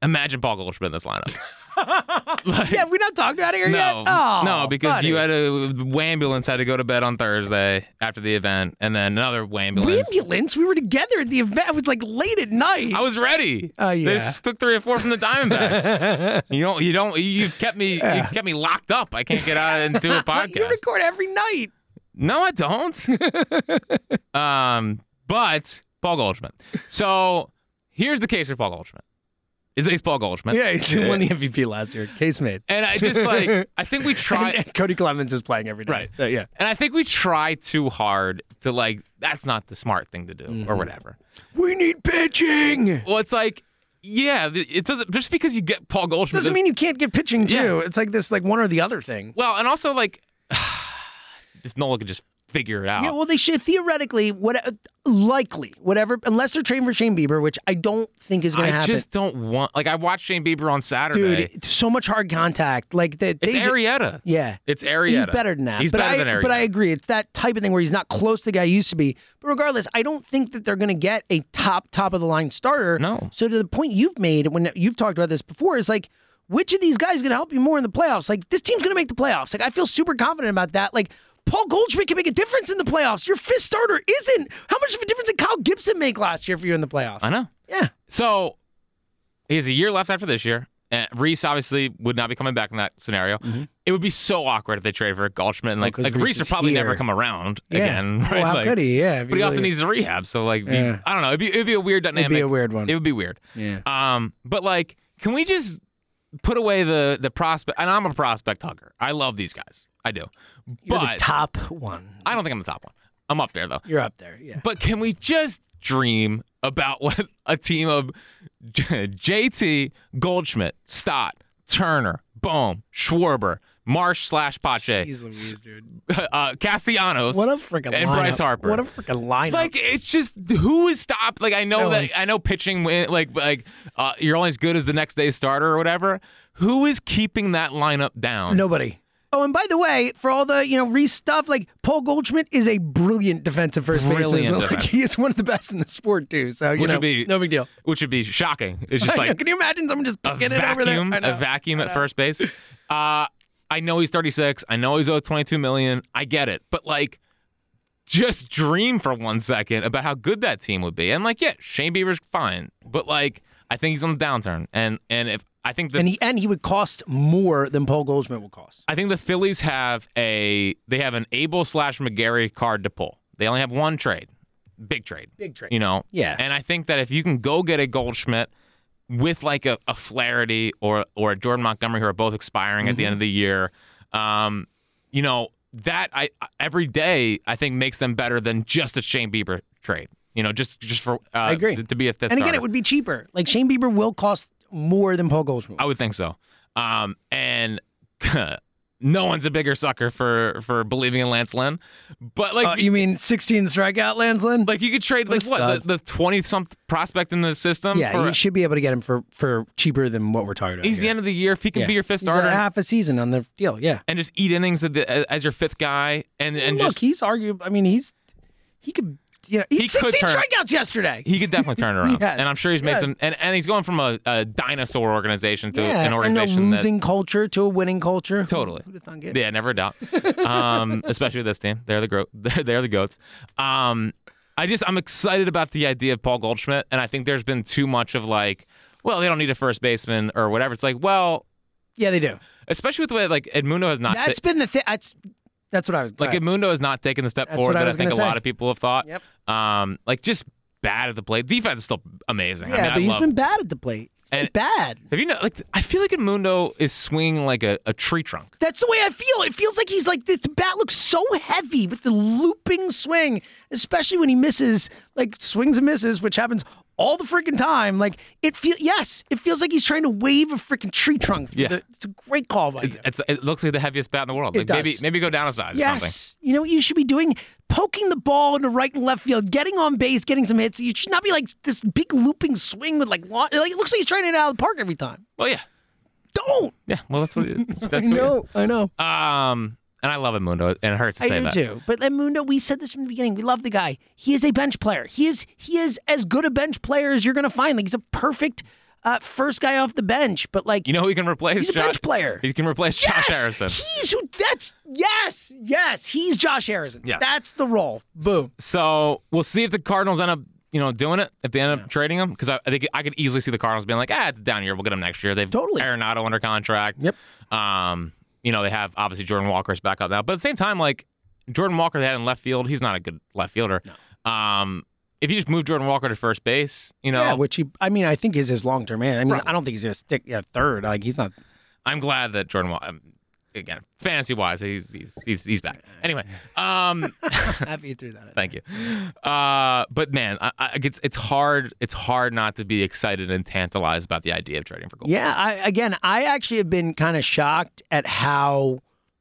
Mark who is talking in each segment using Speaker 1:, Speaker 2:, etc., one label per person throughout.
Speaker 1: Imagine Paul Goldschmidt in this lineup. Like,
Speaker 2: yeah, have we not talked about it here yet?
Speaker 1: no,
Speaker 2: Oh,
Speaker 1: no, because
Speaker 2: buddy.
Speaker 1: you had a ambulance had to go to bed on Thursday after the event, and then another
Speaker 2: We
Speaker 1: ambulance.
Speaker 2: ambulance. We were together at the event. It was like late at night.
Speaker 1: I was ready.
Speaker 2: Oh, yeah.
Speaker 1: They just took three or four from the Diamondbacks. you don't. You don't. You've kept me. You've kept me locked up. I can't get out and do a podcast.
Speaker 2: You record every night.
Speaker 1: No, I don't. um, but Paul Goldschmidt. So here's the case for Paul Goldschmidt. Is that he's Paul Goldschmidt?
Speaker 2: Yeah, he won the MVP last year. Case made.
Speaker 1: And I just like I think we
Speaker 2: And,
Speaker 1: try,
Speaker 2: and Cody Clemens is playing every day.
Speaker 1: Right.
Speaker 2: So, yeah.
Speaker 1: and I think we try too hard to like. That's not the smart thing to do,
Speaker 2: Mm-hmm.
Speaker 1: or whatever.
Speaker 2: We need pitching.
Speaker 1: Well, it's like, yeah, th- it doesn't just because you get Paul Goldschmidt
Speaker 2: Doesn't mean you can't get pitching too. It's like this, like one or the other thing.
Speaker 1: Well, and also like, if Nola could just figure it out.
Speaker 2: Yeah, well, they should theoretically, what uh, likely, whatever, unless they're trading for Shane Bieber, which I don't think is going
Speaker 1: I
Speaker 2: to happen.
Speaker 1: just don't want. Like, I watched Shane Bieber on Saturday.
Speaker 2: Dude, it's so much hard contact. Like that,
Speaker 1: it's
Speaker 2: they ju-
Speaker 1: Arietta.
Speaker 2: yeah,
Speaker 1: It's Arietta.
Speaker 2: he's better than that.
Speaker 1: He's
Speaker 2: but
Speaker 1: better
Speaker 2: I,
Speaker 1: than Arietta.
Speaker 2: But I agree, it's that type of thing where he's not close to the guy he used to be. But regardless, I don't think that they're going to get a top top of the line starter.
Speaker 1: No.
Speaker 2: So to the point you've made when you've talked about this before is like. Which of these guys is going to help you more in the playoffs? Like this team's going to make the playoffs. Like I feel super confident about that. Like Paul Goldschmidt can make a difference in the playoffs. Your fifth starter isn't. How much of a difference did Kyle Gibson make last year for you in the playoffs?
Speaker 1: I know.
Speaker 2: yeah,
Speaker 1: So he has a year left after this year. And Reese obviously would not be coming back in that scenario. It would be so awkward if they trade for Goldschmidt. And like,
Speaker 2: Mm-hmm. 'cause
Speaker 1: like
Speaker 2: Reese
Speaker 1: Reese would
Speaker 2: is
Speaker 1: probably
Speaker 2: here.
Speaker 1: never come around
Speaker 2: yeah.
Speaker 1: again. Right?
Speaker 2: Well, how
Speaker 1: Like,
Speaker 2: could he? Yeah, if
Speaker 1: But he also
Speaker 2: really-
Speaker 1: needs a rehab. So like, be-
Speaker 2: Yeah.
Speaker 1: I don't know. It'd be, it'd be a weird dynamic.
Speaker 2: It'd be a weird one.
Speaker 1: It would be weird.
Speaker 2: yeah.
Speaker 1: Um, but like, can we just put away the the prospect? And I'm a prospect hugger. I love these guys. I do.
Speaker 2: You're
Speaker 1: But
Speaker 2: the top one.
Speaker 1: I don't think I'm the top one. I'm up there though.
Speaker 2: You're up there. Yeah.
Speaker 1: But can we just dream about what a team of J- JT, Goldschmidt, Stott, Turner, Bohm, Schwarber, Marsh slash Pache,
Speaker 2: dude.
Speaker 1: uh, Castellanos.
Speaker 2: What a freaking
Speaker 1: and
Speaker 2: lineup.
Speaker 1: Bryce Harper.
Speaker 2: What a freaking lineup.
Speaker 1: like it's just who is stopped. Like I know
Speaker 2: No
Speaker 1: that
Speaker 2: one.
Speaker 1: I know pitching. win- Like like uh, you're only as good as the next day's starter or whatever. Who is keeping that lineup down?
Speaker 2: nobody. Oh, and by the way, for all the you know Reese stuff, like Paul Goldschmidt is a brilliant defensive first baseman. as
Speaker 1: Brilliant
Speaker 2: well. Like,
Speaker 1: defense.
Speaker 2: he is one of the best in the sport too. So you
Speaker 1: Which would
Speaker 2: know,
Speaker 1: be-
Speaker 2: no big deal.
Speaker 1: which would be shocking. It's
Speaker 2: I
Speaker 1: just
Speaker 2: know,
Speaker 1: like
Speaker 2: can you imagine someone just
Speaker 1: a
Speaker 2: picking it over there?
Speaker 1: vacuum,
Speaker 2: I know.
Speaker 1: a vacuum at first base. Uh, I know he's 36. I know he's owed 22 million. I get it, but like, just dream for one second about how good that team would be. And like, yeah, Shane Bieber's fine, but like, I think he's on the downturn. And and if I think the
Speaker 2: And he and he would cost more than Paul Goldschmidt will cost.
Speaker 1: I think the Phillies have a they have an Abel slash McGarry card to pull. They only have one trade, big trade,
Speaker 2: Big trade.
Speaker 1: you know.
Speaker 2: Yeah.
Speaker 1: And I think that if you can go get a Goldschmidt with like a, a Flaherty or or a Jordan Montgomery, who are both expiring at the
Speaker 2: Mm-hmm.
Speaker 1: end of the year, um, you know that I every day I think makes them better than just a Shane Bieber trade. You know, just just for uh, I
Speaker 2: agree.
Speaker 1: to, to be a fifth.
Speaker 2: and again,
Speaker 1: starter.
Speaker 2: it would be cheaper. Like Shane Bieber will cost more than Paul Goldschmidt.
Speaker 1: I would think so. Um, and no one's a bigger sucker for for believing in Lance Lynn, but like
Speaker 2: Uh, you mean 16 strikeout, Lanslin?
Speaker 1: like you could trade like
Speaker 2: a
Speaker 1: what the twenty something prospect in the system.
Speaker 2: Yeah,
Speaker 1: um, for-
Speaker 2: you should be able to get him for for cheaper than what we're talking about.
Speaker 1: he's the
Speaker 2: here.
Speaker 1: end of the year. If he can
Speaker 2: Yeah.
Speaker 1: be your fifth
Speaker 2: He's at
Speaker 1: starter
Speaker 2: half a season on the deal. Yeah,
Speaker 1: and just eat innings at the, uh, as your fifth guy, and and
Speaker 2: look,
Speaker 1: just
Speaker 2: he's arguable. I mean, he's he could you know he,
Speaker 1: He
Speaker 2: had
Speaker 1: could
Speaker 2: 16
Speaker 1: turn-
Speaker 2: strikeouts yesterday.
Speaker 1: he could definitely turn it around.
Speaker 2: Yes,
Speaker 1: And I'm sure he's made
Speaker 2: yes.
Speaker 1: some. And, and he's going from a, a dinosaur organization to
Speaker 2: yeah,
Speaker 1: an
Speaker 2: and a
Speaker 1: organization that-
Speaker 2: losing culture to a winning culture.
Speaker 1: Totally.
Speaker 2: Who'd have thunk it?
Speaker 1: Yeah, never a doubt. Um, especially with this team, they're the gro- they're, they're the goats. Um, I just I'm excited about the idea of Paul Goldschmidt, and I think there's been too much of like, well, they don't need a first baseman or whatever. It's like, well,
Speaker 2: Yeah, they do.
Speaker 1: especially with the way like Edmundo has not ta-
Speaker 2: That's been the thing. That's that's what I was
Speaker 1: like
Speaker 2: right.
Speaker 1: Edmundo has not taken the step
Speaker 2: That's
Speaker 1: forward
Speaker 2: what I
Speaker 1: that I
Speaker 2: was
Speaker 1: think a
Speaker 2: gonna
Speaker 1: lot
Speaker 2: say.
Speaker 1: of people have thought.
Speaker 2: Yep.
Speaker 1: Um, like just bad at the plate. Defense is still amazing.
Speaker 2: Yeah,
Speaker 1: I mean,
Speaker 2: but
Speaker 1: I
Speaker 2: he's
Speaker 1: love-
Speaker 2: been bad at the plate. He's been
Speaker 1: And-
Speaker 2: bad.
Speaker 1: Have you know like I feel like Edmundo is swinging like a, a tree trunk.
Speaker 2: That's the way I feel. It feels like he's like this bat looks so heavy with the looping swing, especially when he misses, like swings and misses, which happens all the freaking time. Like it feels yes, it feels like he's trying to wave a freaking tree trunk. through
Speaker 1: Yeah.
Speaker 2: the- it's a great call by you.
Speaker 1: It's, it looks like the heaviest bat in the world.
Speaker 2: It
Speaker 1: Like maybe
Speaker 2: does.
Speaker 1: maybe go down a size or something.
Speaker 2: Yes, you know what you should be doing: poking the ball into right and left field, getting on base, getting some hits. You should not be like this big looping swing with like long, like it looks like he's trying to get out of the park every time.
Speaker 1: Well, yeah.
Speaker 2: Don't.
Speaker 1: Yeah, well, that's what it is. That's
Speaker 2: I
Speaker 1: what it is.
Speaker 2: know. I know.
Speaker 1: Um, and I love Edmundo, and it hurts to
Speaker 2: I
Speaker 1: say
Speaker 2: do
Speaker 1: that.
Speaker 2: too. But Edmundo, we said this from the beginning. We love the guy. He is a bench player. He is he is as good a bench player as you're going to find. Like he's a perfect uh, first guy off the bench, but like
Speaker 1: You know who he can replace?
Speaker 2: he's a
Speaker 1: Josh-
Speaker 2: bench player.
Speaker 1: He can replace Josh Harrison.
Speaker 2: He's who that's yes, yes, he's Josh Harrison.
Speaker 1: Yes.
Speaker 2: That's the role. Boom.
Speaker 1: So we'll see if the Cardinals end up, you know, doing it if they end up trading him because I, I think I could easily see the Cardinals being like, ah, it's down here. We'll get him next year. They've
Speaker 2: Totally.
Speaker 1: Arenado under contract.
Speaker 2: Yep.
Speaker 1: Um, you know, they have obviously Jordan Walker's back up now, but at the same time, like Jordan Walker they had in left field, he's not a good left fielder. Um, if you just move Jordan Walker to first base, you know,
Speaker 2: Yeah, which he I mean, I think is his long term man. I mean,
Speaker 1: Probably.
Speaker 2: I don't think he's gonna stick yeah, third. Like he's not
Speaker 1: I'm glad that Jordan Walker. Again, fantasy wise, he's, he's he's he's back. Anyway, um,
Speaker 2: happy you threw that.
Speaker 1: Thank you. Uh, but man, I, I, it's it's hard it's hard not to be excited and tantalized about the idea of trading for gold.
Speaker 2: Yeah, I again I actually have been kind of shocked at how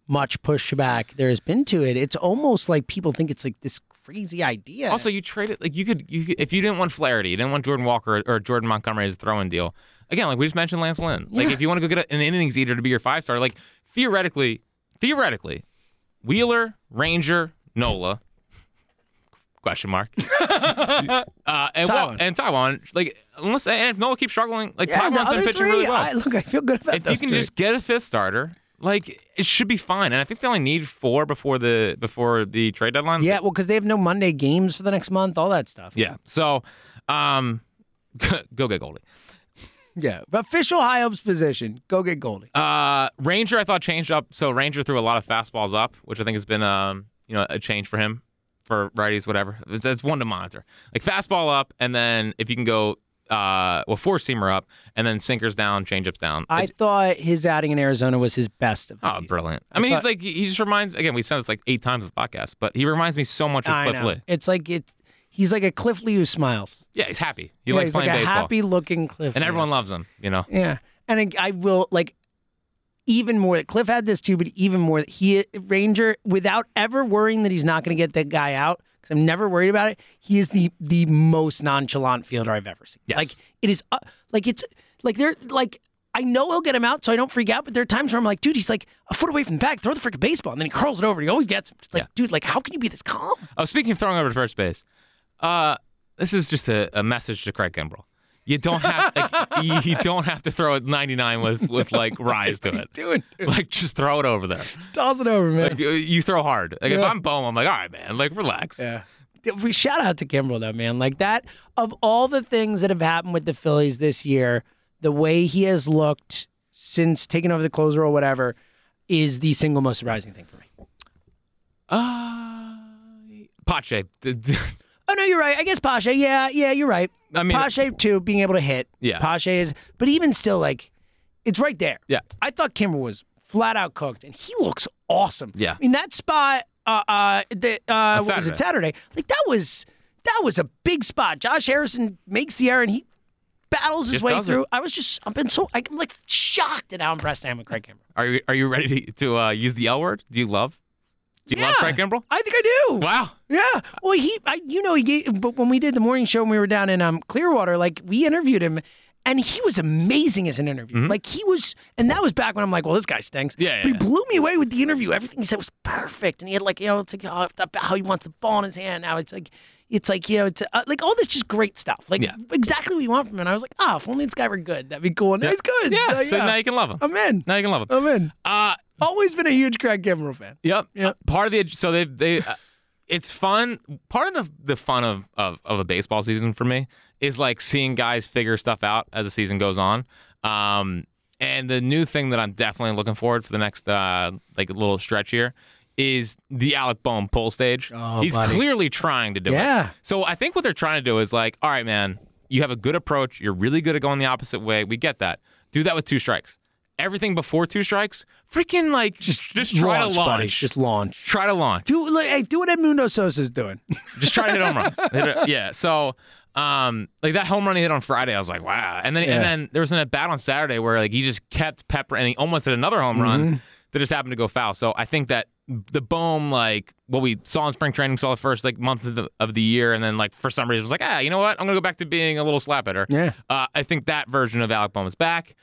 Speaker 2: much pushback there has been to it. It's almost like people think it's like this crazy idea.
Speaker 1: Also, you traded like you could you could, if you didn't want Flaherty, you didn't want Jordan Walker or Jordan Montgomery as a throw-in deal. Again, like we just mentioned, Lance Lynn. Like
Speaker 2: Yeah.
Speaker 1: if you want to go get an innings eater to be your five star, like theoretically, theoretically, Wheeler, Ranger, Nola, question mark, uh, and Wa-
Speaker 2: Taiwan.
Speaker 1: and Taiwan. Like unless and if Nola keeps struggling, like
Speaker 2: yeah, the
Speaker 1: Taiwan's
Speaker 2: other
Speaker 1: been pitching
Speaker 2: three,
Speaker 1: really well.
Speaker 2: I, look, I feel good about
Speaker 1: if
Speaker 2: those
Speaker 1: you can
Speaker 2: three.
Speaker 1: just get a fifth starter, like it should be fine. And I think they only need four before the before the trade deadline.
Speaker 2: Yeah, well, because they have no Monday games for the next month, all that stuff.
Speaker 1: Yeah. So, um, go get Goldie.
Speaker 2: Yeah. Official high ups position. Go get Goldie.
Speaker 1: Uh, Ranger, I thought changed up. So Ranger threw a lot of fastballs up, which I think has been um, you know, a change for him for righties, whatever. It's, it's one to monitor. Like fastball up, and then if you can go, uh, well, four seamer up, and then sinkers down, changeups down.
Speaker 2: I thought his outing in Arizona was his best of the
Speaker 1: Oh,
Speaker 2: season.
Speaker 1: brilliant! I mean,
Speaker 2: I
Speaker 1: he's like he just reminds. Again, we said this like eight times on the podcast, but he reminds me so much of
Speaker 2: I
Speaker 1: Cliff
Speaker 2: know.
Speaker 1: Lee.
Speaker 2: It's like it's he's like a Cliff Lee who smiles.
Speaker 1: Yeah, he's happy. He
Speaker 2: yeah,
Speaker 1: likes
Speaker 2: he's
Speaker 1: playing
Speaker 2: like a
Speaker 1: baseball.
Speaker 2: happy looking Cliff.
Speaker 1: and
Speaker 2: Lee.
Speaker 1: everyone loves him, you know.
Speaker 2: Yeah. And I I will like even more Cliff had this too, but even more he Ranger without ever worrying that he's not going to get that guy out because I'm never worried about it. He is the the most nonchalant fielder I've ever seen.
Speaker 1: Yes.
Speaker 2: Like it is uh, like it's like they're like I know he'll get him out, so I don't freak out. But there are times where I'm like, dude, he's like a foot away from the bag. Throw the freaking baseball, and then he curls it over. He always gets him. It's like,
Speaker 1: Yeah.
Speaker 2: dude, like how can you be this calm?
Speaker 1: Oh, speaking of throwing over to first base, uh, this is just a, a message to Craig Kimbrell. You don't have like, you, you don't have to throw it 99 with with like rise to it.
Speaker 2: Doing
Speaker 1: Like just throw it over there.
Speaker 2: toss it over, man.
Speaker 1: Like, you- you throw hard. Like if
Speaker 2: Yeah.
Speaker 1: I'm Bohm, I'm like, all right, man. Like relax.
Speaker 2: Yeah. We shout out to Kimbrel though, man. Like that of all the things that have happened with the Phillies this year, the way he has looked since taking over the closer or whatever is the single most surprising thing for me.
Speaker 1: Uh, Pache. D- d-
Speaker 2: Oh no, you're right. I guess Pasha. Yeah, yeah, you're right.
Speaker 1: I mean,
Speaker 2: Pasha too, being able to hit.
Speaker 1: Yeah.
Speaker 2: Pasha is, but even still, like, it's right there.
Speaker 1: Yeah.
Speaker 2: I thought Kimbrel was flat out cooked, and he looks awesome.
Speaker 1: Yeah.
Speaker 2: I mean that spot. Uh, uh, the, uh, what was
Speaker 1: Saturday.
Speaker 2: it Saturday? Like that was that was a big spot. Josh Harrison makes the error, and he battles his
Speaker 1: Just
Speaker 2: way
Speaker 1: does it.
Speaker 2: through. I was just, I've been so, I'm like shocked at how impressed I am with Craig Kimbrel.
Speaker 1: are you are you ready to, to uh, use the L word? Do you love? Do you love
Speaker 2: Yeah.
Speaker 1: Craig Kimbrell?
Speaker 2: I think I do.
Speaker 1: Wow.
Speaker 2: Yeah. Well, he, I, you know, he gave, but when we did the morning show and we were down in um, Clearwater, like we interviewed him and he was amazing as an interview. Like he was, and that was back when I'm like, well, this guy stinks.
Speaker 1: Mm-hmm. Yeah, yeah,
Speaker 2: But he
Speaker 1: yeah.
Speaker 2: blew me away with the interview. Everything he said was perfect. And he had like, you know, it's like oh, how he wants the ball in his hand. Now it's like, it's like, you know, it's uh, like all this just great stuff. Like
Speaker 1: Yeah.
Speaker 2: exactly what you want from him. And I was like, ah, if only this guy were good, that'd be cool. And now he's good.
Speaker 1: Yeah.
Speaker 2: So,
Speaker 1: So,
Speaker 2: yeah. Um,
Speaker 1: now you can love him.
Speaker 2: I'm in.
Speaker 1: now you can love him.
Speaker 2: I'm in.
Speaker 1: Uh,
Speaker 2: Always been a huge Craig Kimbrell fan.
Speaker 1: Yep.
Speaker 2: Yep.
Speaker 1: Uh, Part of the so they they uh, it's fun. Part of the the fun of, of of a baseball season for me is like seeing guys figure stuff out as the season goes on. Um, and the new thing that I'm definitely looking forward for the next uh like little stretch here is the Alec Bohm pull stage.
Speaker 2: Oh,
Speaker 1: He's
Speaker 2: buddy.
Speaker 1: clearly trying to do it.
Speaker 2: Yeah.
Speaker 1: So I think what they're trying to do is like, all right, man, you have a good approach. You're really good at going the opposite way. We get that. Do that with two strikes. Everything before two strikes, freaking like just just try
Speaker 2: Launch,
Speaker 1: to
Speaker 2: buddy.
Speaker 1: launch.
Speaker 2: Just launch.
Speaker 1: Try to launch.
Speaker 2: Do like, hey, do what Edmundo Sosa's doing.
Speaker 1: Just try to hit home runs. Hit it- yeah. So, um, like that home run he hit on Friday, I was like, wow. And then
Speaker 2: Yeah.
Speaker 1: and then there was an at bat on Saturday where like he just kept pepper and he almost hit another home
Speaker 2: Mm-hmm.
Speaker 1: run that just happened to go foul. So I think that the boom, like what we saw in spring training, saw the first like month of the of the year, and then like for some reason was like, ah, you know what? I'm gonna go back to being a little slap hitter.
Speaker 2: Yeah.
Speaker 1: Uh, I think that version of Alec Bohm is back.